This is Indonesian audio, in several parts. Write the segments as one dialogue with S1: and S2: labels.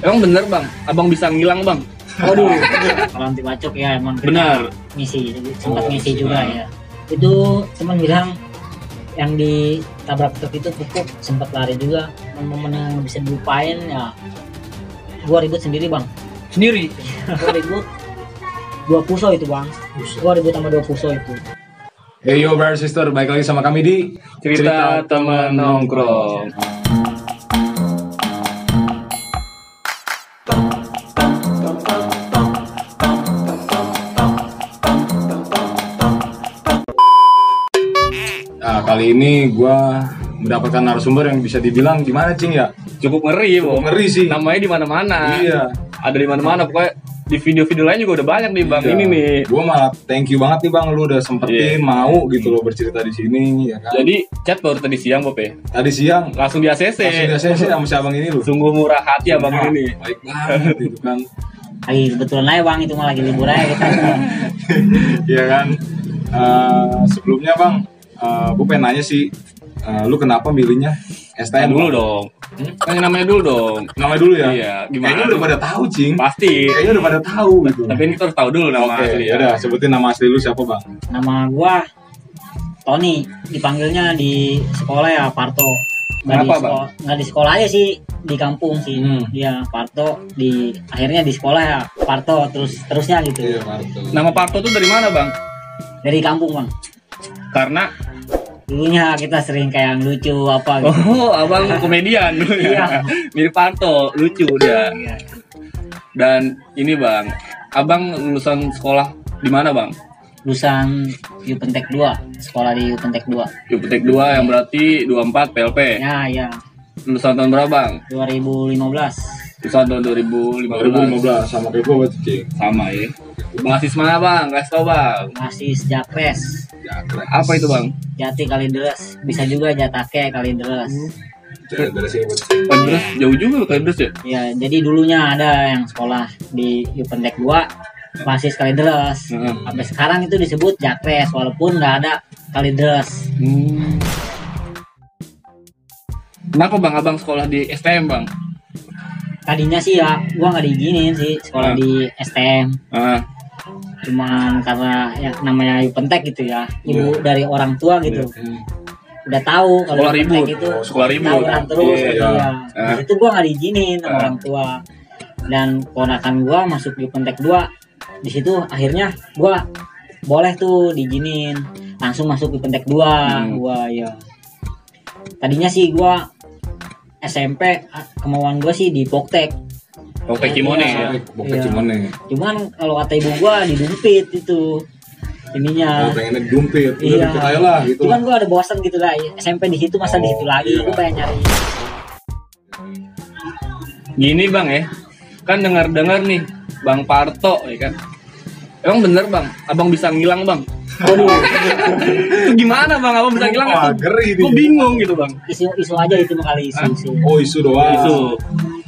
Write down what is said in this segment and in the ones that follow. S1: Emang bener bang, abang bisa ngilang bang. Waduh,
S2: kalau anti bacok ya emang kita
S1: benar.
S2: ngisi sempat
S1: Oh,
S2: ngisi
S1: nah.
S2: juga ya itu teman bilang yang ditabrak truk itu pupuk sempat lari juga momen yang bisa dilupain ya gua ribut sendiri bang Iya,
S1: Sendiri.
S2: gua ribut dua puso itu bang gua ribut sama dua puso itu
S3: Hey yo brother sister, balik lagi sama kami di
S1: Cerita, teman nongkrong.
S3: Nah, kali ini gua mendapatkan narasumber yang bisa dibilang gimana cing ya?
S1: Cukup ngeri, Bang.
S3: ngeri sih.
S1: Namanya di mana-mana.
S3: Iya.
S1: Ada di mana-mana pokoknya di video-video lain juga udah banyak nih
S3: Iya.
S1: bang. Ini nih.
S3: Gue malah thank you banget nih bang, lu udah
S1: Iya.
S3: sempetin mau gitu lo bercerita di sini ya kan.
S1: Jadi chat baru tadi siang Bob ya.
S3: Tadi siang
S1: Langsung di ACC.
S3: langsung biasanya sih sama si abang ini lu.
S1: Sungguh murah hati abang ini. nih.
S3: Baik banget itu kan.
S2: lagi kebetulan aja bang itu mah lagi libur aja kita
S3: Iya kan. Eh, sebelumnya bang, gue pengen nanya sih, eh, lu kenapa milihnya
S1: Tanya Kan
S3: STM
S1: dulu dong. Tanya namanya dulu dong.
S3: Nama dulu ya?
S1: Iya, gimana
S3: Kayaknya udah
S1: tuh?
S3: pada tahu, Cing.
S1: Pasti.
S3: Kayaknya udah pada tahu gitu.
S1: Nah, Tapi ini kita harus tahu dulu nama
S3: Oke,
S1: asli ya.
S3: yaudah, sebutin nama asli lu siapa, Bang?
S2: nama gua Tony dipanggilnya di sekolah ya Parto nggak di
S1: Kenapa,
S2: sekolah nggak di sekolah aja sih di kampung sih
S3: Hmm.
S2: Iya Parto di akhirnya di sekolah ya Parto terus terusnya gitu
S1: Iya.
S3: Marto.
S1: Nama Parto tuh dari mana bang?
S2: dari kampung bang
S1: Karena
S2: dulunya kita sering kayak yang lucu apa gitu
S1: oh abang komedian dulu ya.
S2: Iya.
S1: Mirip Parto, lucu dia.
S2: Iya.
S1: Dan ini bang, abang lulusan sekolah di mana bang?
S2: lulusan Yupentek 2 sekolah di Yupentek 2
S1: Yupetek 2 yang berarti 24 PLP.
S2: ya ya
S1: Lulusan tahun berapa bang?
S2: 2015
S1: Lulusan tahun 2015.
S3: 2015 sama kayak gue berarti, Cing.
S1: Sama ya. Pengasis mana bang? Kasih tau bang.
S2: masih sejak pres
S3: Ya, keren.
S1: Apa itu bang?
S2: jati kali deres bisa juga jatake kali deres
S1: Hmm.
S3: Dari- dari sini, Bang.
S1: Kalibres
S2: Iya.
S1: jauh juga Kalibres ya?
S2: Ya, jadi dulunya ada yang sekolah di Yupentek 2 basis Kalideres.
S1: Heeh.
S2: Sampai sekarang itu disebut Jakpres walaupun nggak ada Kalideres.
S1: Hmm. Kenapa bang abang sekolah di STM bang?
S2: Tadinya sih ya gua nggak diizinin sih sekolah
S1: Hmm.
S2: di STM.
S1: Ah,
S2: Cuman karena ya namanya Yupentek gitu ya. Ibu dari orang tua gitu. Udah tahu kalau
S1: Iya. Sekolah
S2: Yupentek
S1: ribut.
S2: itu
S1: Oh, sekolah ribut.
S2: tawuran terus
S1: Iya,
S2: gitu
S3: iya.
S2: ya.
S1: Ah.
S2: Di situ gua nggak diizinin sama
S1: Ah.
S2: orang tua. Dan ponakan gua masuk Yupentek 2 di situ akhirnya gua boleh tuh diizinin langsung masuk Yupentek 2
S1: Hmm.
S2: gua ya. Tadinya sih gua SMP a- ah, kemauan gua sih di Poktek.
S1: oke Kimone
S2: Iya.
S1: ya.
S3: Bokeh
S2: Iya.
S3: cuman nih.
S1: Nah.
S2: Cuman kalau kata ibu gua didumpit itu
S3: Lu
S2: ininya.
S3: pengennya dumpit, udah
S2: Iya.
S3: dumpit aja lah gitu.
S2: Cuman gua ada bosan gitu lah SMP di situ masa di situ lagi
S3: iya.
S2: gua pengen nyari
S1: Gini bang ya, kan dengar dengar nih Bang Parto ya kan. Emang bener bang, abang bisa ngilang bang. Waduh, Itu gimana bang? Abang bisa ngilang?
S3: Wah,
S1: Aku,
S3: ngeri ini.
S1: gua bingung gitu bang.
S2: isu isu aja itu kali isu isu
S3: Oh, isu doang.
S1: Itu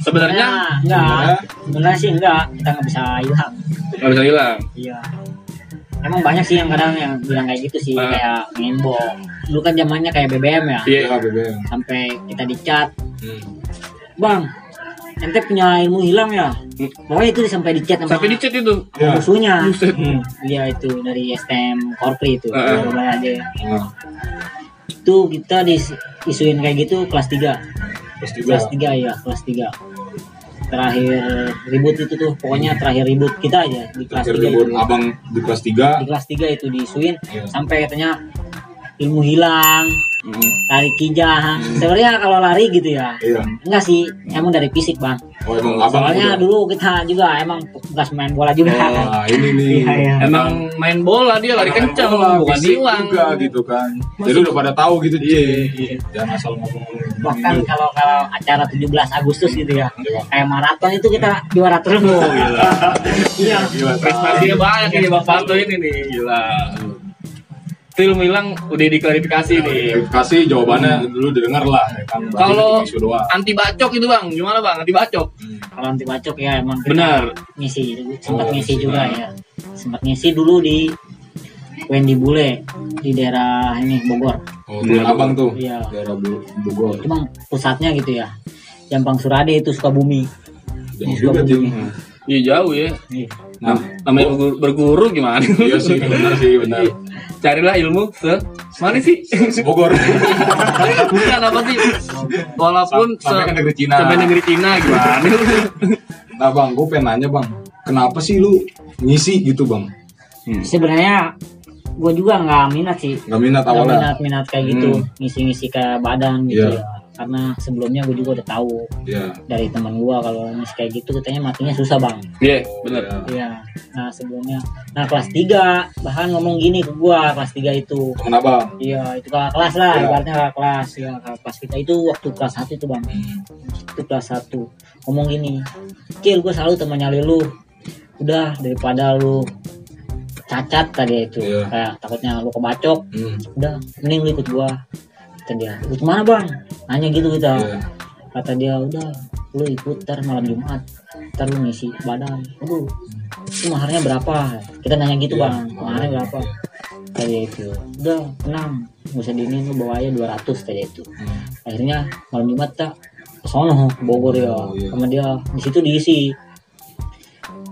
S2: sebenarnya
S1: sebenarnya
S2: enggak sebenarnya sih enggak kita nggak bisa ilham
S1: nggak bisa ngilang.
S2: iya emang banyak sih yang kadang yang bilang kayak gitu sih
S1: Ah.
S2: kayak ngembo dulu kan zamannya kayak BBM ya
S1: Iya.
S3: Ya, BBM.
S2: sampai kita dicat
S3: Hmm.
S2: bang ente punya ilmu hilang ya pokoknya itu sampai dicat sama
S1: Sampai dicet itu.
S3: Ya.
S2: musuhnya
S1: Buset.
S2: iya itu dari STM Korpri itu
S1: Ah.
S2: Surabaya aja
S3: Nah,
S2: itu kita disuin kayak gitu kelas 3
S3: terus juga.
S2: kelas 3 ya kelas 3 terakhir ribut itu tuh pokoknya terakhir ribut kita aja di kelas
S3: Terakhir
S2: 3
S3: ribut
S2: itu
S3: abang di kelas 3
S2: di kelas 3 itu disuin
S3: Iya.
S2: sampai katanya ilmu hilang lari kijang sebenarnya kalau lari gitu ya
S3: Iya.
S2: enggak sih emang dari fisik bang
S3: Oh, emang abang
S2: soalnya
S3: udah-
S2: dulu kita juga emang bekas main bola juga
S3: Wah, ini nih.
S2: Iya, iya.
S1: Emang main bola dia lari kencang,
S3: Bola,
S1: bukan
S3: Iya, fisik
S1: hilang. Iya,
S3: juga gitu kan. Jadi udah pada tahu gitu, Cing. Jangan asal gitu. ngomong.
S2: bahkan
S1: kan.
S2: kalau kalau acara 17 Agustus gitu ya
S3: Iya.
S2: kayak maraton itu kita juara terus iya
S3: Gila,
S1: Prestasinya banyak ini Bang Parto ini nih, gila. Til bilang udah diklarifikasi
S3: Iya,
S1: nih.
S3: Kasih jawabannya dulu didengar lah. ya kan? Berarti
S1: Iya. Kalau Hmm.
S3: isu doang.
S1: anti bacok itu Bang, gimana Bang? Anti bacok.
S2: kalau anti bacok ya emang kita-
S1: Benar.
S2: ngisi sempat
S3: Oh,
S2: ngisi
S3: ngisi.
S2: juga
S3: Ah.
S2: ya sempat ngisi dulu di Wendy Bule di daerah ini Bogor
S3: Oh, Tulung abang tuh.
S2: Iya.
S3: Daerah Bu- Bogor.
S2: emang pusatnya gitu ya Jampang Surade itu Sukabumi
S3: jauh juga Cing.
S1: Iya jauh ya.
S2: Iya.
S3: nah
S1: Namanya berguru, berguru gimana?
S3: iya sih benar sih benar
S1: Carilah ilmu se mana sih?
S3: Bogor
S1: Bukan apa sih? Walaupun
S3: Sampai
S1: se-
S3: ke negeri Cina.
S1: Sampai negeri Cina gimana?
S3: nah bang gue pengen nanya bang kenapa sih lu ngisi gitu bang
S2: Sebenarnya gue juga nggak minat sih.
S3: nggak minat
S2: Nggak
S3: awalnya
S2: minat minat kayak gitu ngisi-ngisi ke badan gitu
S3: Iya.
S2: ya. Karena sebelumnya gue juga udah tahu
S3: ya
S2: dari teman gue kalau ngisi kayak gitu katanya matinya susah bang.
S1: Iya, bener.
S2: Iya. Nah sebelumnya, nah kelas 3 bahkan ngomong gini ke gue kelas 3 itu.
S3: temen abang
S2: Iya, itu kakak kelas lah,
S3: Iya.
S2: ibaratnya kakak kelas. Ya, kakak kelas kita itu waktu kelas 1 itu bang,
S1: Hmm.
S2: itu kelas 1 ngomong gini, Cil gue selalu temannya lu, udah daripada lu cacat tadi itu,
S3: Iya.
S2: kayak takutnya lu kebacok,
S3: Hmm,
S2: udah mending lu ikut gua kata dia ikut mana bang nanya gitu kita
S1: Nah,
S3: iya.
S2: kata dia udah lu ikut ntar malam jumat ntar lu ngisi badan aduh itu maharnya berapa kita nanya gitu
S3: Iya,
S2: bang
S3: mahar.
S2: maharnya berapa tadi dia itu gitu. udah tenang gak usah diinin lu bawa aja 200 tadi dia itu
S3: Hmm.
S2: gitu. akhirnya malam jumat tak ke sono ke Bogor ya
S3: Oh, iya.
S2: sama dia di situ diisi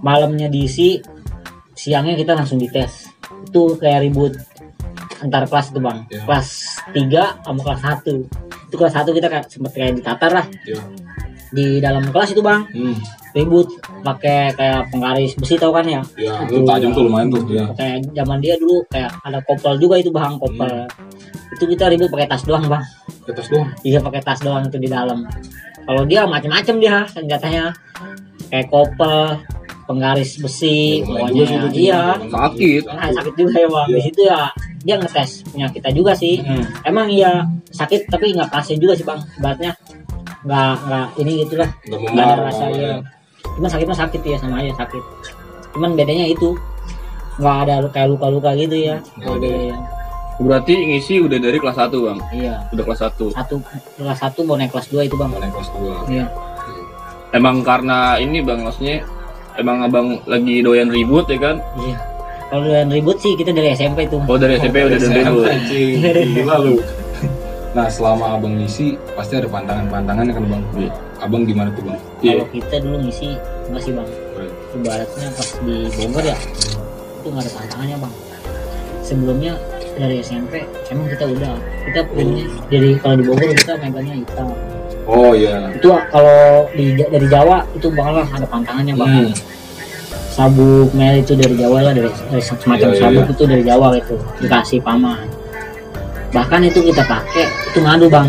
S2: malamnya diisi siangnya kita langsung dites itu kayak ribut antar kelas tuh bang
S3: Iya.
S2: kelas 3 sama kelas 1 itu kelas 1 kita kayak sempet kayak ditatar lah
S3: Iya.
S2: di dalam kelas itu bang
S3: Hmm,
S2: ribut pakai kayak penggaris besi tau kan ya
S3: ya, itu tajam tuh lumayan tuh, ya.
S2: kayak zaman dia dulu kayak ada kopel juga itu bang kopel itu kita ribut pakai tas doang bang
S3: Ke atas doang.
S2: Iya pakai tas doang itu di dalam. Kalau dia macam-macam dia senjatanya kayak kopel, Iya, penggaris besi,
S3: Lumayan juga sih
S2: pokoknya
S3: itu, Cing.
S2: iya.
S1: Sakit.
S2: Nah, sakit juga ya bang. Di situ ya dia ngetes punya kita juga sih.
S3: Hmm.
S2: Emang iya sakit tapi nggak pasti juga sih bang. Ibaratnya nggak nggak ini gitu gitulah.
S3: Nggak
S2: Nggak ada
S3: memar,
S2: rasa
S3: nggak
S2: ya.
S3: ada-
S2: Cuman sakit mah sakit ya sama aja sakit. Cuman bedanya itu nggak ada kayak luka-luka gitu ya.
S3: Nggak ada.
S2: Iya.
S1: Berarti ngisi udah dari kelas 1, Bang.
S2: Iya.
S1: Udah kelas 1.
S2: Satu kelas satu mau naik kelas dua itu bang.
S3: Nggak naik kelas dua.
S2: Iya.
S1: Emang karena ini, Bang, maksudnya emang Abang lagi doyan ribut ya kan?
S2: Iya. Kalau doyan ribut sih kita dari SMP tuh.
S1: Oh, dari SMP udah doyan ribut.
S3: Cing. Gila lu. Nah, selama abang ngisi pasti ada pantangan-pantangan ya kan bang.
S1: Iya.
S3: Abang gimana tuh bang?
S1: Iya.
S2: Kalau kita dulu ngisi enggak sih bang. Ibaratnya pas di Bogor ya itu nggak ada tantangannya bang. Sebelumnya dari SMP emang kita udah kita punya jadi kalau di Bogor kita megangnya hitam.
S3: Oh iya.
S2: Itu kalau di dari Jawa itu bakal ada pantangannya bang.
S3: Hmm.
S2: Sabuk merah itu dari Jawa lah dari, dari semacam
S3: Iya, iya,
S2: sabuk
S3: iya.
S2: itu dari Jawa itu dikasih paman. Bahkan itu kita pakai itu ngadu bang.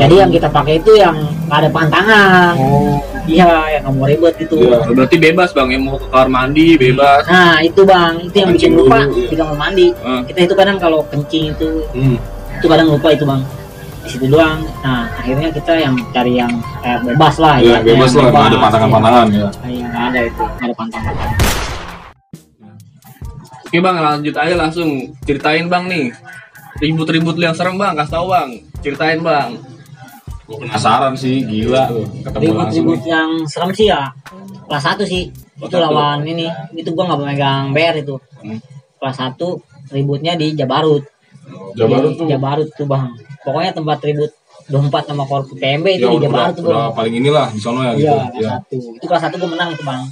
S2: Jadi yang kita pakai itu yang nggak ada pantangan.
S3: Oh.
S2: Iya, yang nggak mau ribet itu.
S3: Iya.
S1: Berarti bebas, Bang, ya mau ke kamar mandi bebas.
S2: Nah, itu bang, itu yang bikin
S3: Kencing
S2: lupa
S3: dulu, iya.
S2: di kamar mandi.
S1: Eh,
S2: Kita itu kadang kalau kencing itu,
S3: Hmm.
S2: itu kadang lupa itu bang. Di situ doang. Nah, akhirnya kita yang cari yang kayak bebas lah.
S3: Iya,
S2: ibaratnya,
S3: bebas lah, nggak ada
S2: bebas,
S3: pantangan-pantangan ya.
S2: iya. Iya, nggak ada itu, nggak ada pantangan.
S1: Oke, Bang, lanjut aja langsung ceritain, Bang, nih. Ribut-ribut lu yang serem, Bang. Kasih tahu, Bang. Ceritain, Bang.
S3: Gue penasaran sih, gila
S1: Iya.
S3: lu.
S2: Iya,
S3: Ketemu langsung.
S2: Ribut-ribut yang serem sih ya. Kelas satu sih, itu
S1: Kelas satu.
S2: lawan ini. Itu gua nggak pemegang BR itu.
S1: Hmm.
S2: Kelas satu ributnya di Jabarut.
S3: Jabarut
S2: Di
S3: tuh.
S2: Jabarut tuh bang. Pokoknya tempat ribut dompat sama korpus PMB itu
S3: Ya,
S2: di Jabarut
S3: udah,
S2: tuh
S3: udah
S2: bang.
S3: paling inilah di sono ya gitu.
S2: Iya, kelas
S3: Iya.
S2: satu. Itu kelas satu gue menang itu bang.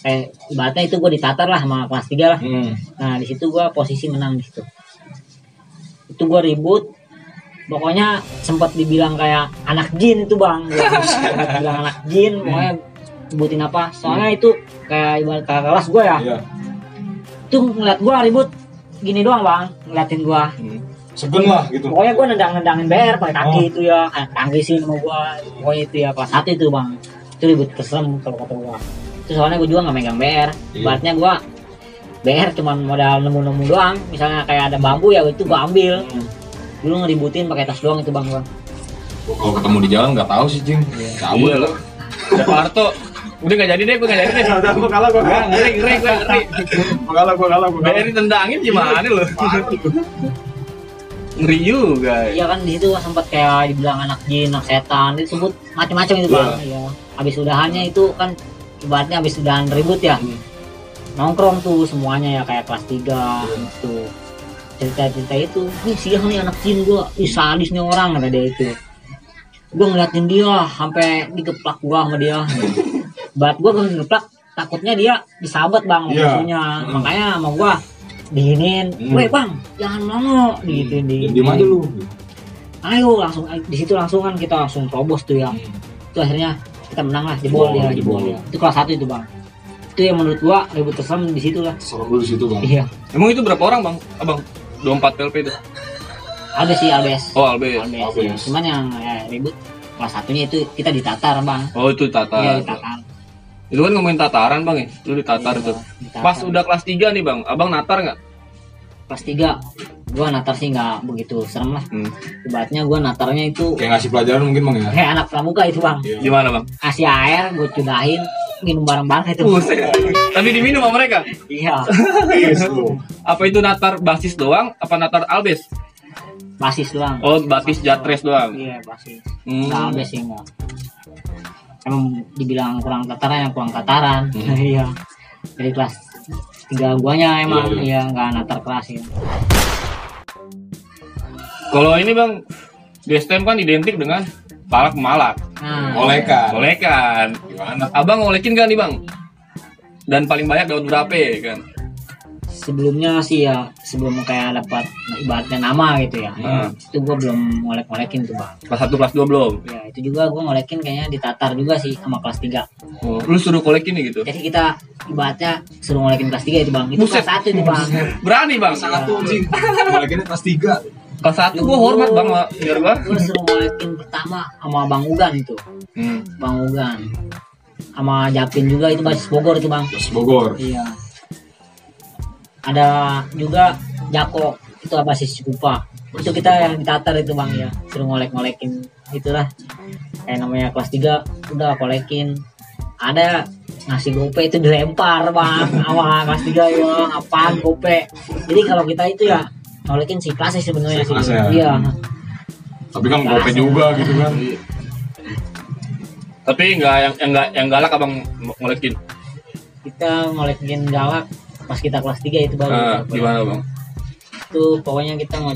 S2: Eh, ibaratnya itu gue ditatar lah sama kelas tiga lah.
S3: Hmm.
S2: Nah di situ gue posisi menang di situ. Itu gue ribut. Pokoknya sempat dibilang kayak anak jin itu bang. Gua Sempat bilang anak jin. Pokoknya sebutin apa. Soalnya itu kayak ibarat kakak kelas gue ya.
S3: Iya.
S2: Itu ngeliat gue ribut gini doang bang. Ngeliatin gue.
S3: Segen lah gitu. Oh.
S2: Pokoknya gue nendang-nendangin BR pakai kaki itu ya, kayak tangisin sama gue. Pokoknya itu ya kelas satu itu bang. Itu ribut keserem kalau kata gue. Itu soalnya gue juga nggak megang BR.
S3: Iya.
S2: Ibaratnya gue BR cuman modal nemu-nemu doang. Misalnya kayak ada bambu ya itu gue ambil.
S3: Hmm.
S2: Dulu ngeributin pakai tas doang itu bang gue.
S3: Kalau ketemu di jalan nggak tahu sih, Cing. Cabut
S1: Iya
S3: lah.
S1: lah. Jakarta. Udah gak jadi deh, gue gak jadi deh.
S3: Udah, gua kalah, gua
S1: Gua ngeri, ngeri, gue ngeri.
S3: Gua kalah, gua kalah, gua
S1: BR ditendangin gimana lu? Ngeri juga.
S2: Iya kan di situ sempat kayak dibilang anak jin, anak setan, disebut macam-macam itu bang. Iya. Habis udahannya itu kan ibaratnya habis udahan ribut ya.
S3: Hmm.
S2: Nongkrong tuh semuanya ya kayak kelas 3
S3: Iya,
S2: gitu. Cerita-cerita itu, nih siang nih anak jin gua, ih sadis nih orang kata dia itu. Gua ngeliatin dia sampai digeplak gua sama dia. Bat gua geplak takutnya dia disabet bang
S3: Iya.
S2: musuhnya. Makanya sama gua diginin,
S3: Hmm.
S2: weh bang jangan mau gitu Iya. di.
S3: Diam Hmm. aja lu.
S2: Ayo langsung di situ langsung kan kita langsung terobos tuh ya. Itu akhirnya kita menang lah jebol
S3: Jebol,
S2: dia.
S3: jebol, ya.
S2: Itu kelas satu itu bang. Itu yang menurut gua ribut terserem di situ lah.
S3: Serem lu di situ bang.
S2: Iya,
S1: Emang itu berapa orang bang? Abang 24 PLP itu.
S2: ada sih Albes.
S1: Oh Albes.
S2: Albes,
S3: Albes.
S2: ya. Cuman yang eh, ribut kelas satunya itu kita ditatar bang.
S1: Oh itu
S2: Iya
S1: Tatar.
S2: ditatar.
S1: itu kan ngomongin tataran bang ya. Itu di Tatar
S2: Iya,
S1: itu.
S2: ditatar.
S1: Pas udah kelas 3 nih bang, abang natar nggak?
S2: kelas 3 gua natar sih nggak begitu serem lah
S1: Hmm. Iya.
S2: ibaratnya gua natarnya itu
S3: Kayak ngasih pelajaran mungkin bang ya.
S2: kayak anak pramuka itu bang
S3: Iya.
S1: Gimana bang?
S2: kasih air gua cudahin minum bareng-bareng itu
S1: Buset. Tapi diminum sama mereka.
S2: iya
S3: Yes, lu.
S1: Apa itu natar basis doang? Apa natar Albes?
S2: basis doang
S1: Oh basis jatres doang.
S2: iya basis
S1: Hmm.
S2: nggak habis sih nggak emang dibilang kurang tataran yang kurang tataran
S1: Hmm.
S2: iya dari kelas tiga guanya emang
S3: Iya,
S2: iya nggak natar kelas ya
S1: Kalau ini bang, BSTM kan identik dengan palak malak,
S2: nah
S3: Oleh kan.
S1: ngolekan.
S3: Gimana?
S1: Abang ngolekin gak nih bang? Dan paling banyak dapat berapa ya kan?
S2: sebelumnya sih ya sebelum kayak dapat ibaratnya nama gitu ya
S1: Hmm.
S2: itu gua belum ngolek-ngolekin tuh bang
S1: Kelas 1, kelas 2 belum.
S2: Ya itu juga gue ngolekin kayaknya ditatar juga sih sama kelas 3
S1: Oh, lu suruh kolekin nih gitu.
S2: Jadi kita ibaratnya suruh ngolekin kelas 3 itu bang Itu
S1: Buset.
S2: kelas 1 itu bang
S1: Berani bang.
S3: Satu anjing. Malakinnya kelas tiga.
S1: Kelas 1 gua hormat bang sama senior gua.
S2: Gue suruh ngolekin pertama sama Bang Ugan itu
S1: Hmm.
S2: Bang Ugan Sama Japin juga itu basis Bogor itu bang
S3: Terus Bogor.
S2: Iya Ada juga Jako itu basis Cikupa Itu kita yang ditatar itu bang ya Suruh ngolek-ngolekin itulah Kayak namanya kelas 3 udah kolekin Ada nasi gope itu dilempar bang sama kelas 3 ya apaan gope jadi kalau kita itu ya ngolekin si kelas sih sebenarnya sih
S3: Kelas ya.
S2: iya
S3: Tapi kan gope juga gitu kan.
S1: Tapi nggak yang yang nggak yang galak abang ngolekin.
S2: kita ngolekin galak pas kita kelas 3 itu baru
S1: Ah, gimana bang?
S2: itu pokoknya kita mau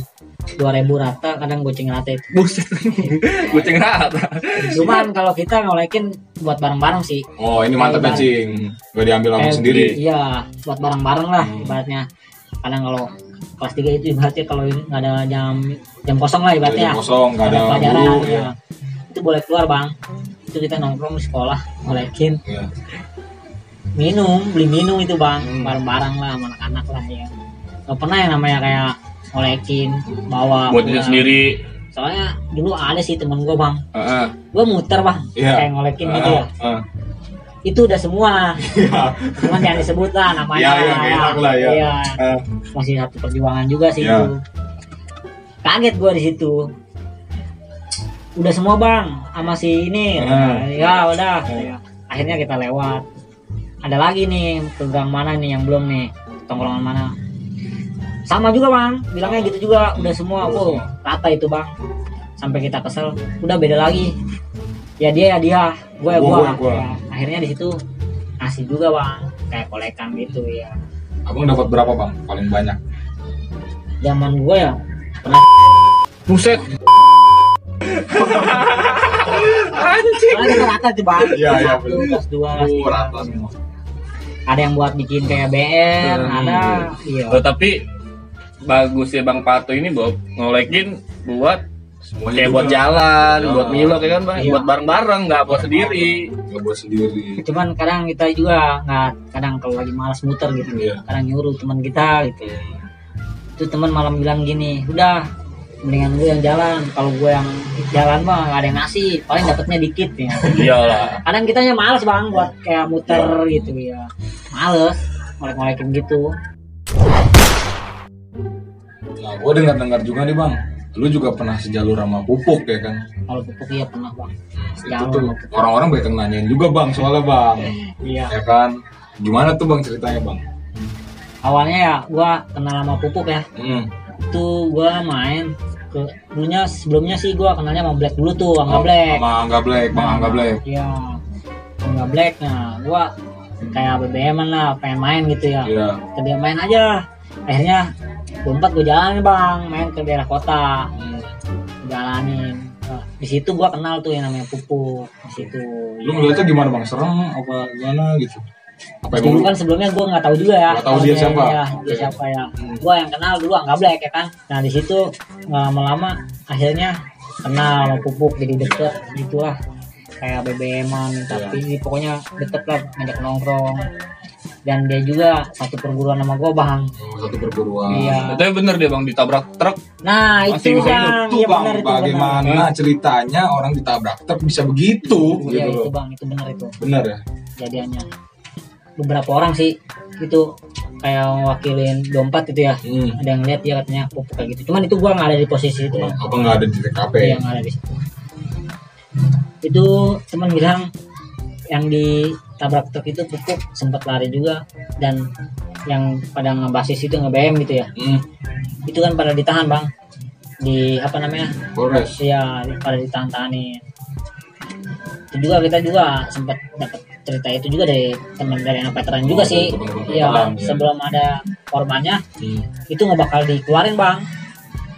S2: 2000 rata kadang goceng rata itu
S1: Buset. Kucing rata.
S2: Nah, cuman kalau kita ngolekin buat bareng-bareng sih
S3: Oh ini mantep ya cing. Gak diambil
S2: Iya, Eh,
S3: langsung sendiri.
S2: iya buat bareng-bareng lah
S3: Hmm.
S2: ibaratnya kadang kalau kelas 3 itu ibaratnya kalau ini nggak ada jam jam kosong lah
S3: Gak ada
S2: ibaratnya
S3: jam kosong, gak
S2: Nggak
S3: ada guru.
S2: ya.
S3: Ya.
S2: itu boleh keluar bang itu kita nongkrong di sekolah ngolekin
S3: Ya.
S2: minum beli minum itu bang
S3: Hmm.
S2: bareng-bareng lah sama anak-anak lah ya nggak pernah yang namanya kayak ngolekin bawa
S1: Buat diri
S2: pulang.
S1: sendiri. Ah,
S2: soalnya dulu ada sih temen gue bang
S1: Heeh.
S2: gue muter bang
S3: Iya.
S2: kayak ngolekin gitu
S3: Ah,
S2: ya
S3: ah.
S2: itu udah semua cuman jangan disebut lah namanya
S3: Iya, iya, nggak enak lah, ya.
S2: Iya.
S3: Ah,
S2: masih satu perjuangan juga sih
S3: Iya.
S2: itu kaget gue di situ udah semua bang sama si ini
S3: Ah.
S2: ya udah akhirnya kita lewat ada lagi nih ke gang mana nih yang belum nih tongkrongan mana sama juga bang bilangnya gitu juga udah semua oh rata itu bang sampai kita kesel udah beda lagi ya dia ya dia gue ya
S3: Gua,
S2: gue
S3: gua, gua.
S2: akhirnya di situ ngasih juga bang kayak kolekan gitu ya
S3: Abang dapat berapa bang? Paling banyak.
S2: zaman gue ya pernah
S1: Buset. Anjing.
S2: Soalnya kita rata tuh bang
S3: Iya, iya,
S2: Kelas satu,
S3: bener.
S2: kelas dua kelas
S3: Oh,
S2: tiga.
S3: rata semua.
S2: ada yang buat bikin kayak BR
S1: Hmm.
S2: ada iya
S1: Oh, tapi bagus ya Bang Pato ini Bob ngolekin buat
S3: Semuanya
S1: kayak
S3: juga.
S1: buat jalan,
S3: Iya.
S1: buat milo kayak kan Bang,
S2: Iya.
S1: buat bareng-bareng nggak buat sendiri.
S3: Gak buat sendiri.
S2: cuman kadang kita juga nggak kadang kalau lagi malas muter gitu
S3: Iya.
S2: kadang nyuruh teman kita gitu itu teman malam bilang gini udah mendingan gue yang jalan kalau gue yang jalan mah nggak ada yang ngasih paling dapatnya dikit ya
S1: Iyalah.
S2: kadang kitanya males bang buat kayak muter
S3: Iya.
S2: gitu ya males ngolek-ngolekin gitu
S3: Nah, gue dengar dengar juga nih bang. Lu juga pernah sejalur sama pupuk ya kan?
S2: kalau pupuk iya pernah bang
S3: Itu
S2: sejalur
S3: tuh
S2: Iya, sama pupuk.
S3: orang-orang banyak yang nanyain juga bang soalnya bang.
S2: iya
S3: ya kan? Gimana tuh bang ceritanya bang?
S2: awalnya ya gua kenal sama pupuk ya
S3: Hmm.
S2: itu gua main ke dulunya sebelumnya sih gua kenalnya sama Black dulu tuh sama Black
S3: Oh, Sama Angga Black, bang Angga Black.
S2: iya sama Black nah gua kayak BBM an lah pengen main gitu ya
S3: Iya.
S2: ke dia main aja
S3: Hmm.
S2: akhirnya gua empat gua jalan bang main ke daerah kota jalanin Nah, di situ gua kenal tuh yang namanya pupuk di situ
S3: Lu ngeliatnya gimana bang? Serem apa gimana gitu? Apa emang
S2: dulu
S3: lu?
S2: kan sebelumnya gue nggak tahu juga ya
S3: Nggak tahu dia
S2: Awalnya,
S3: siapa.
S2: iya,
S3: Oke.
S2: dia siapa ya gue yang kenal dulu nggak black ya kan nah di situ nggak lama-lama akhirnya kenal sama pupuk jadi deket gitulah kayak BBM-an
S3: Iya.
S2: tapi pokoknya deket lah ngajak nongkrong dan dia juga satu perguruan sama gue bang
S3: Oh, satu perguruan.
S2: iya
S1: Tapi bener deh bang ditabrak truk.
S2: nah
S1: Masih
S2: itu
S1: bisa hidup
S2: bang
S3: Tuh
S2: iya
S3: bang,
S2: benar itu Iya, benar
S3: bagaimana ceritanya orang ditabrak truk bisa begitu
S2: iya
S3: gitu
S2: itu
S3: loh.
S2: bang itu benar itu
S3: Bener ya?
S2: jadiannya beberapa orang sih itu kayak wakilin dompet itu ya
S3: Hmm.
S2: ada yang lihat dia katanya pupuk kayak gitu cuman itu gua nggak ada di posisi itu bang
S3: Nah, Apa nggak ada di TKP?
S2: yang ada di situ itu teman bilang yang ditabrak truk itu pupuk sempat lari juga dan yang pada ngebasis itu nge-BM gitu ya
S3: Hmm.
S2: itu kan pada ditahan bang di apa namanya
S3: Polres.
S2: Iya, pada ditahan-tahanin. Itu juga kita juga sempat dapat cerita itu juga dari teman dari anak veteran juga
S3: Oh,
S2: sih.
S3: teman-teman
S2: Iya,
S3: veteran, ya.
S2: sebelum ada korbannya
S3: Hmm.
S2: itu nggak bakal dikeluarin bang.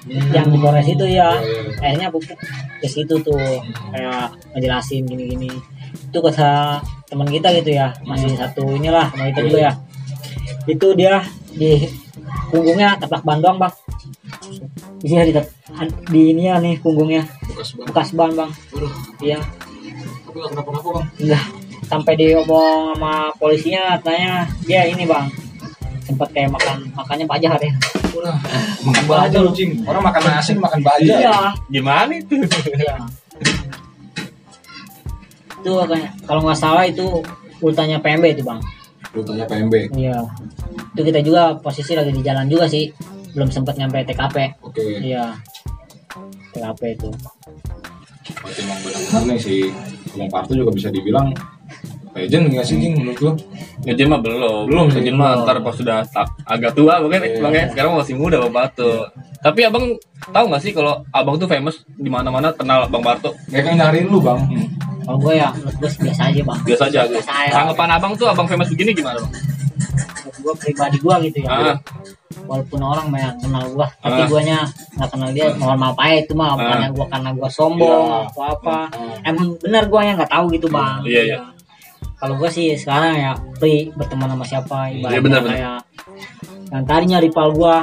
S2: Yang di Polres itu ya, akhirnya pupuk ke situ tuh kayak ngejelasin gini-gini. Itu kata teman kita gitu ya, masih satu inilah sama kita juga ya. Itu dia di punggungnya taplak ban doang bang. Di sini di, di ini ya nih punggungnya
S3: Bekas banget.
S2: bekas ban bang
S3: Waduh,
S2: iya
S3: tapi nggak kenapa-napa bang.
S2: enggak sampai diomong sama polisinya katanya dia ini bang sempat kayak makan makannya pajar ya
S3: Waduh, makan baja lu cing. Orang makan nasi makan baja.
S2: iya
S1: Gimana itu?
S2: iya itu kayak kalau nggak salah itu ultanya PMB itu bang
S3: Lu tanya PMB.
S2: iya itu kita juga posisi lagi di jalan juga sih belum sempat nyampe TKP
S3: Oke.
S2: iya TKP itu
S3: Berarti emang benar-benar nih si Bang Parto juga bisa dibilang legend nggak sih Jing menurut lu?
S1: Ngejem mah belum.
S3: Belum,
S1: Ngejem
S3: belum.
S1: mah ntar pas sudah ta- agak tua mungkin
S3: Iya.
S1: bang ya. Sekarang masih muda Bang Barto. Iya. Tapi abang tahu nggak sih kalau abang tuh famous di mana-mana kenal Bang Barto.
S3: Mereka nyariin lu bang.
S2: kalau gue ya menurut gue biasa aja bang
S1: Biasa aja.
S2: Biasa aja.
S1: Tanggapan abang tuh abang famous begini gimana bang?
S2: menurut gue pribadi gue gitu ya
S1: Ah,
S2: walaupun orang banyak kenal gua tapi
S1: Ah.
S2: guanya nggak kenal dia mohon maaf aja ya, itu mah bukannya gua karena gua sombong
S3: Iya.
S2: atau apa emang benar gua yang nggak tahu gitu bang
S1: Iya, iya.
S2: kalau gua sih sekarang ya free berteman sama siapa ibaratnya
S1: benar, benar.
S2: kayak yang tadinya rival gua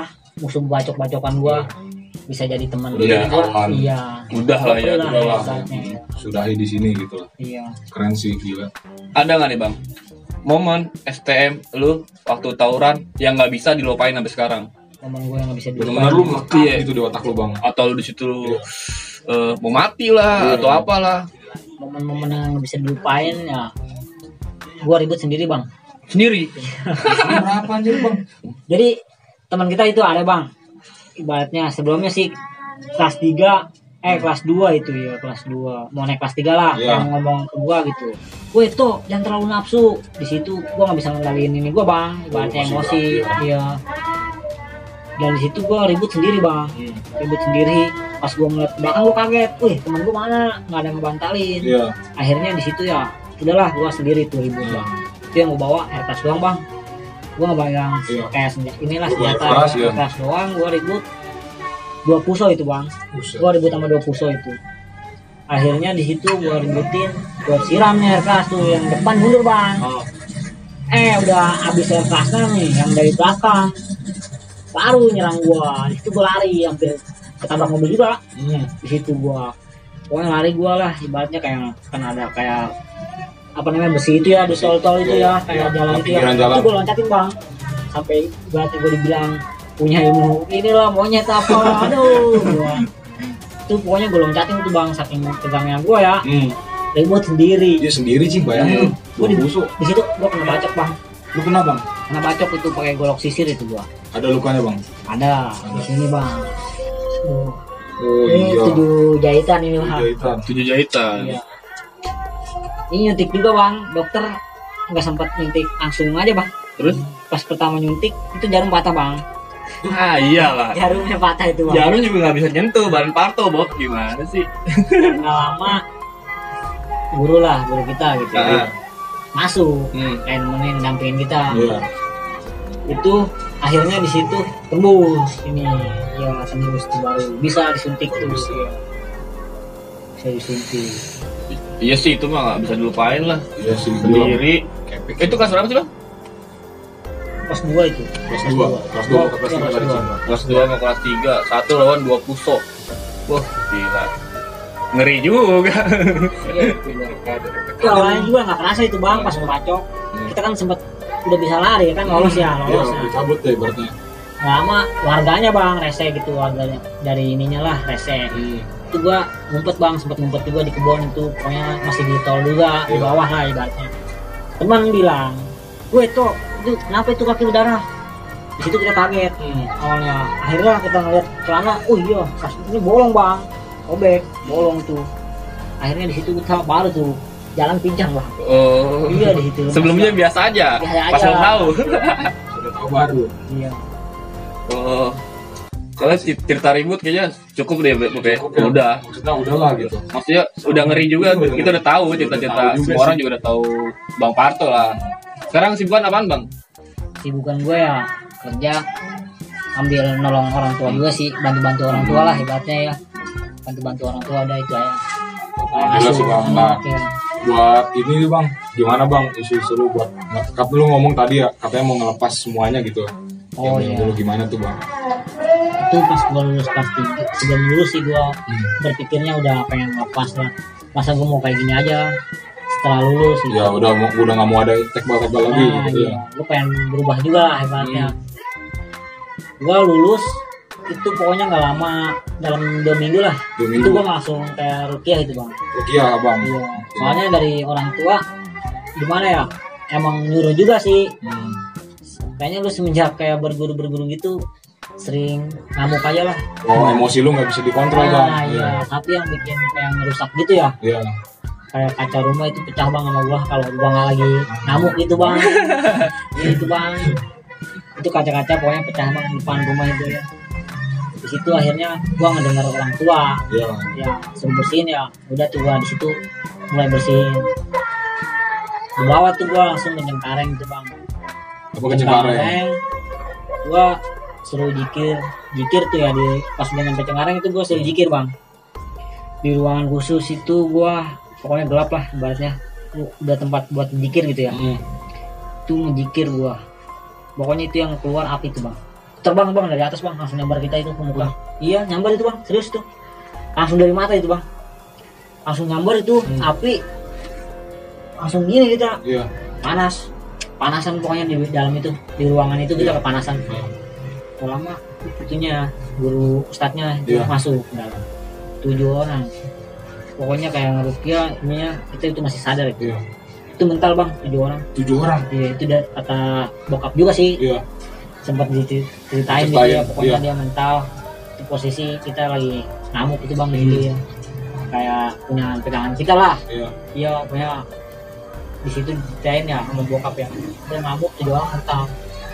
S2: musuh bacok bacokan gua bisa jadi teman
S3: Udah
S1: Iya.
S3: jadi kawan.
S2: iya
S1: udah lah ya.
S2: Udah
S1: udah lah.
S2: ya. Saatnya.
S3: Sudahi di sini gitu lah.
S2: iya
S3: Keren sih gila.
S1: Ada nggak nih bang? Momen STM lu waktu tawuran yang nggak bisa dilupain sampai sekarang?
S2: teman gua yang nggak bisa
S3: Benar-benar
S2: dilupain
S3: lu melekat
S1: Iya.
S3: gitu di otak lu bang.
S1: Atau lu di situ lu, eh, mau mati lah
S3: Iya.
S1: atau apalah?
S2: momen-momen yang nggak bisa dilupain ya gua ribut sendiri bang
S1: Sendiri.
S2: Iya.
S3: Berapa anjir bang?
S2: Jadi teman kita itu ada bang. Ibaratnya sebelumnya sih kelas 3 eh kelas 2 itu ya kelas 2 mau naik kelas 3 lah
S3: Iya.
S2: yang ngomong ke gua gitu gue itu jangan terlalu nafsu di situ gua nggak bisa ngendaliin ini gua bang ibaratnya
S3: Emosi,
S2: emosi
S3: Bang,
S2: iya dan di situ gua ribut sendiri bang
S3: Iya.
S2: ribut sendiri pas gua ngeliat ke belakang gua kaget wih temen gua mana nggak ada yang ngebantalin
S3: Iya.
S2: akhirnya di situ ya udahlah gua sendiri tuh ribut bang itu yang gua bawa air tas doang bang gua nggak pegang
S3: Iya.
S2: kayak senjata inilah
S3: Lu bawa
S2: senjata
S3: keras, ya?
S2: air tas doang gua ribut dua puso itu bang
S3: Buset.
S2: gua ribut sama dua puso itu akhirnya di situ gua ributin gua siram nih air keras tuh yang depan mundur bang
S3: Ah,
S2: eh udah habis air kerasnya nih yang dari belakang baru nyerang gua di situ gua lari hampir ketabrak mobil juga
S3: hmm.
S2: di situ gua pokoknya lari gua lah ibaratnya kayak kan ada kayak apa namanya besi itu ya di tol tol itu ya kayak
S3: Iya,
S2: jalan itu ya
S3: pinggiran jalan.
S2: itu gua loncatin bang sampai ibaratnya gua dibilang punya ilmu inilah monyet apa aduh gua itu pokoknya gua loncatin tuh bang saking tegangnya gua ya
S3: Hmm.
S2: ribut sendiri
S3: Dia sendiri cing bayangin lu.
S2: Iya. Gua
S3: Gua
S2: di-
S3: busuk.
S2: di situ gua kena bacok bang
S3: Lu kena bang?
S2: kena bacok itu pakai golok sisir itu gua
S3: Ada lukanya bang?
S2: ada di sini bang Tuh.
S3: Oh Iya,
S2: ini tujuh jahitan ini bang
S3: Jahitan.
S1: Tujuh jahitan.
S2: Iya. Ini nyuntik juga bang, dokter nggak sempat nyuntik langsung aja bang.
S1: Terus?
S2: Pas pertama nyuntik itu jarum patah bang,
S1: Ah iyalah.
S2: jarumnya patah itu bang.
S1: Jarum juga nggak bisa nyentuh bahan parto, Bob. Gimana sih?
S2: Nggak lama guru lah guru kita gitu
S3: Nah,
S2: masuk
S1: Hmm.
S2: main main dampingin kita
S3: Iya.
S2: itu akhirnya di situ tembus ini ya tembus tuh baru bisa disuntik terus ya. Saya Sinti.
S1: Iya sih itu mah nggak bisa dilupain lah.
S3: Iya sih, belum.
S1: Sendiri.
S3: Kepik.
S1: Itu kelas berapa sih bang?
S2: Kelas 2 itu.
S3: kelas 2, kelas 2 atau kelas
S2: Iya, kelas
S3: 3 dari
S2: dua.
S3: Jember.
S1: Kelas 2 sama kelas 3 Satu lawan dua puso Wah gila Ngeri juga
S2: Iya, itu gua. Lawannya Ya juga nggak kerasa itu bang
S3: Iya.
S2: pas ngebacok. Kita kan sempat udah bisa lari kan lolos ya
S3: Iya,
S2: lolos. Nah,
S3: dicabut deh ibaratnya.
S2: Nggak lama warganya bang rese gitu warganya dari ininya lah rese. Itu gua ngumpet bang sempet ngumpet juga di kebun itu pokoknya masih di tol juga di
S3: Iya.
S2: bawah lah ibaratnya. Teman bilang, gue itu itu kenapa itu kaki berdarah? Di situ kita kaget.
S3: Hmm.
S2: awalnya akhirnya kita ngeliat celana oh iya kas ini bolong bang obek bolong tuh akhirnya di situ kita baru tuh jalan pincang bang
S1: Oh
S2: iya di situ
S1: Sebelumnya biasa aja
S2: Biasa aja.
S1: Pas lo tahu
S3: Sudah tahu baru.
S2: iya
S1: Oh Soalnya cer- cerita ribut kayaknya cukup deh Beb. Oke
S3: Cukup ya.
S1: udah
S3: Maksudnya udahlah gitu.
S1: Maksudnya udah ngeri juga
S3: Udah.
S1: Kita udah tahu
S3: Udah
S1: cerita-cerita
S3: tahu juga
S1: Semua orang
S3: sih.
S1: juga udah tahu Bang Parto lah Sekarang sibukan apaan bang?
S2: sibukan gue ya kerja ambil nolong orang tua juga sih bantu-bantu orang tua lah ibaratnya ya bantu-bantu orang tua ada itu aja Ah.
S3: Alhamdulillah sih bang. Nah,
S2: Oke.
S3: buat ini nih bang, gimana bang isu-isu lu buat? Nah, Kap lu ngomong tadi ya, katanya mau ngelepas semuanya gitu.
S2: Oh,
S3: Yang
S2: iya.
S3: dulu gimana tuh bang?
S2: itu pas gue lulus kelas tiga sebelum lulus sih gue berpikirnya udah pengen lepas lah masa gue mau kayak gini aja setelah lulus gitu.
S3: Ya udah, mau- udah nggak mau ada tekbal-tekbal lagi
S2: Nah,
S3: gitu
S2: iya.
S3: ya.
S2: Lu pengen berubah juga lah hebatnya. Gua lulus itu pokoknya nggak lama dalam dua minggu lah.
S3: Dua
S2: Itu
S3: minggu.
S2: gua langsung kayak rukiah gitu bang.
S3: Iya bang.
S2: Iya. Soalnya dari orang tua gimana ya? Emang nyuruh juga sih.
S3: Hmm.
S2: Kayaknya lu semenjak kayak berguru berguru gitu sering ngamuk aja lah.
S3: Oh emosi lu nggak bisa dikontrol bang.
S2: Nah,
S3: Iya.
S2: iya. Tapi yang bikin kayak ngerusak gitu ya
S3: Iya.
S2: kayak kaca rumah itu pecah bang sama gua kalau gua nggak lagi ngamuk gitu bang gitu bang itu kaca-kaca pokoknya pecah bang di depan rumah itu ya di situ akhirnya gua ngedengar orang tua
S3: Iya.
S2: ya suruh bersihin ya udah tuh gua di situ mulai bersihin di bawah tuh gua langsung ke Cengkareng tuh bang
S3: Apa
S2: Iya.
S3: kecengareng?
S2: gua suruh jikir jikir tuh ya di pas udah nyampe Cengkareng itu gua suruh jikir bang di ruangan khusus itu gua pokoknya gelap lah ibaratnya Lu udah tempat buat jikir gitu ya
S3: Hmm.
S2: itu ngejikir gua pokoknya itu yang keluar api tuh bang terbang bang dari atas bang langsung nyambar kita itu ke muka iya nyambar itu bang serius tuh langsung dari mata itu bang langsung nyambar itu api langsung gini kita
S3: Iya.
S2: panas panasan pokoknya di dalam itu di ruangan itu kita kepanasan
S3: Hmm.
S2: Kalau lama itunya guru ustadznya itu
S3: Iya.
S2: masuk ke dalam tujuh orang pokoknya kayak ngerukia ininya kita itu masih sadar itu
S3: Iya.
S2: Itu mental bang tujuh orang
S3: Tujuh orang.
S2: Iya itu dari kata bokap juga sih
S3: Iya.
S2: sempat diceritain gitu
S3: Ceritain,
S2: ya pokoknya
S3: iya.
S2: dia mental itu posisi kita lagi ngamuk itu bang gitu ya kayak punya pegangan kita lah
S3: Iya.
S2: iya punya di situ diceritain ya sama bokap ya dia ngamuk tuh doang mental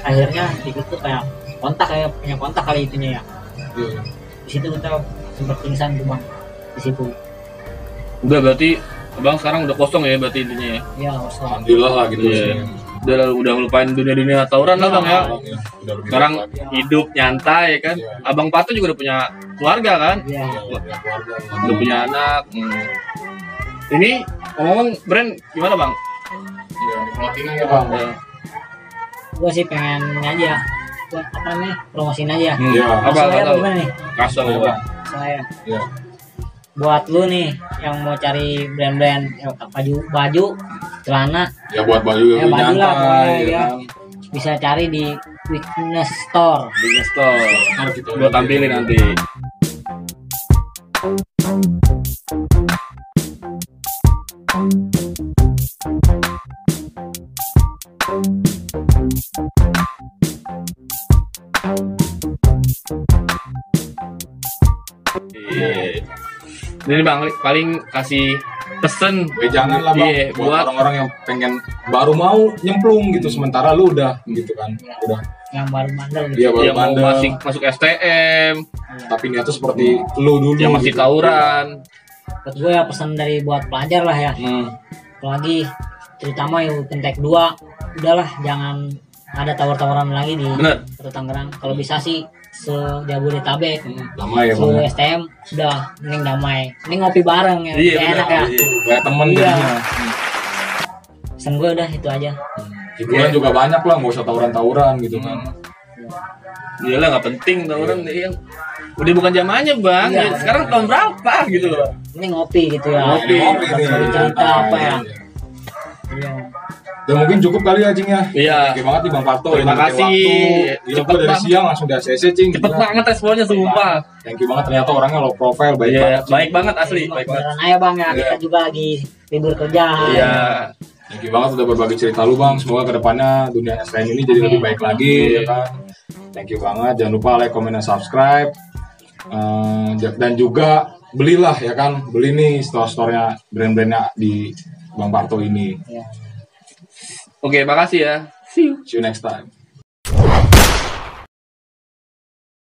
S2: akhirnya di situ kayak kontak kayak punya kontak kali itunya ya
S3: Iya.
S2: di situ kita sempat pingsan tuh bang di situ
S1: Udah berarti Bang sekarang udah kosong ya berarti intinya ya
S2: iya langsung
S3: Alhamdulillah lah gitu.
S1: Iya.
S3: Iya.
S1: Udah udah ngelupain dunia-dunia tawuran lah bang ya
S3: Orang ya, udah lebih
S1: Sekarang
S3: baik lagi.
S1: hidup nyantai kan.
S3: Iya.
S1: Abang Patu juga udah punya keluarga kan,
S2: iya
S3: Iya, udah keluarga.
S1: udah punya anak. Hmm. Ini ngomong brand gimana bang?
S3: Iya, nikmatin aja, Bang.
S1: Eh,
S2: gua sih pengen aja gua apa namanya promosiin aja
S1: Hmm.
S3: Iya.
S1: Apa
S2: Maksudnya
S1: apa
S2: gimana nih
S1: kasar
S3: Iya,
S1: bang?
S3: Bang.
S2: saya
S3: Iya.
S2: buat lu nih yang mau cari brand-brand ya, baju baju celana
S3: Ya buat baju
S2: Ya, baju lah,
S3: nyantai
S2: pokoknya,
S3: ya
S2: iya.
S3: kan.
S2: bisa cari di Weakness Store
S1: Business store.
S3: Ntar kita
S1: Gua tampilin nanti. Iya. Iya. Ini bang paling kasih pesen
S3: Ya jangan lah bang,
S1: Iya,
S3: buat,
S1: buat- Hmm.
S3: orang-orang yang pengen baru mau nyemplung gitu sementara lu udah gitu kan, udah
S2: yang baru bandel gitu Iya.
S3: dia Iya, baru
S1: yang mau
S3: bandel.
S1: masih masuk STM,
S3: Tapi niatnya seperti lu dulu.
S1: Hmm. yang masih
S3: gitu.
S1: tawuran.
S2: buat gue ya pesan dari buat pelajar lah ya
S3: Hmm.
S2: apalagi terutama yang pentek 2 udahlah jangan ada tawar-tawaran lagi di
S1: Bener.
S2: Kota Tangerang kalau bisa sih sejabodetabek
S3: lama
S1: Iya,
S3: ya bang
S2: seluruh STM udah mending damai mending ngopi bareng ya
S1: Iya,
S2: Kayak
S1: benar,
S2: enak ya
S1: iya.
S3: banyak temen
S2: Iya.
S3: jadinya
S2: pesan gue udah itu aja
S3: hiburan
S1: Iya.
S3: juga banyak lah nggak usah tawuran-tawuran gitu kan
S1: Hmm. Iya lah nggak penting tawuran
S3: Iya.
S1: yang udah bukan zamannya bang.
S2: Iya.
S1: Sekarang tahun berapa gitu loh.
S2: mending ngopi gitu ya
S3: Ngopi, ngopi nih.
S2: cerita apa ya Iya.
S3: dan mungkin cukup kali ya Cing ya
S1: Iya.
S3: Oke banget nih Bang Parto
S1: Terima
S3: udah pakai
S1: kasih.
S3: waktu. Gila,
S1: Cepet
S3: gua dari
S1: banget.
S3: siang langsung di ACC Cing
S1: Cepet
S3: Gila.
S1: banget responnya sumpah.
S3: Thank you banget ternyata orangnya low profile baik
S1: Iya,
S3: banget Cing.
S1: baik banget asli, baik banget.
S2: Beneran aja bang ya kita
S3: Iya.
S2: juga lagi libur kerja
S1: Iya.
S3: Thank you banget udah berbagi cerita lu Bang semoga kedepannya dunia STM ini jadi lebih baik lagi ya kan Thank you banget jangan lupa like comment dan subscribe Eh, ja- dan juga belilah ya kan beli nih store-store-nya brand-brandnya di Bang Parto ini
S2: Iya.
S1: Oke, makasih ya. See you.
S3: see you next time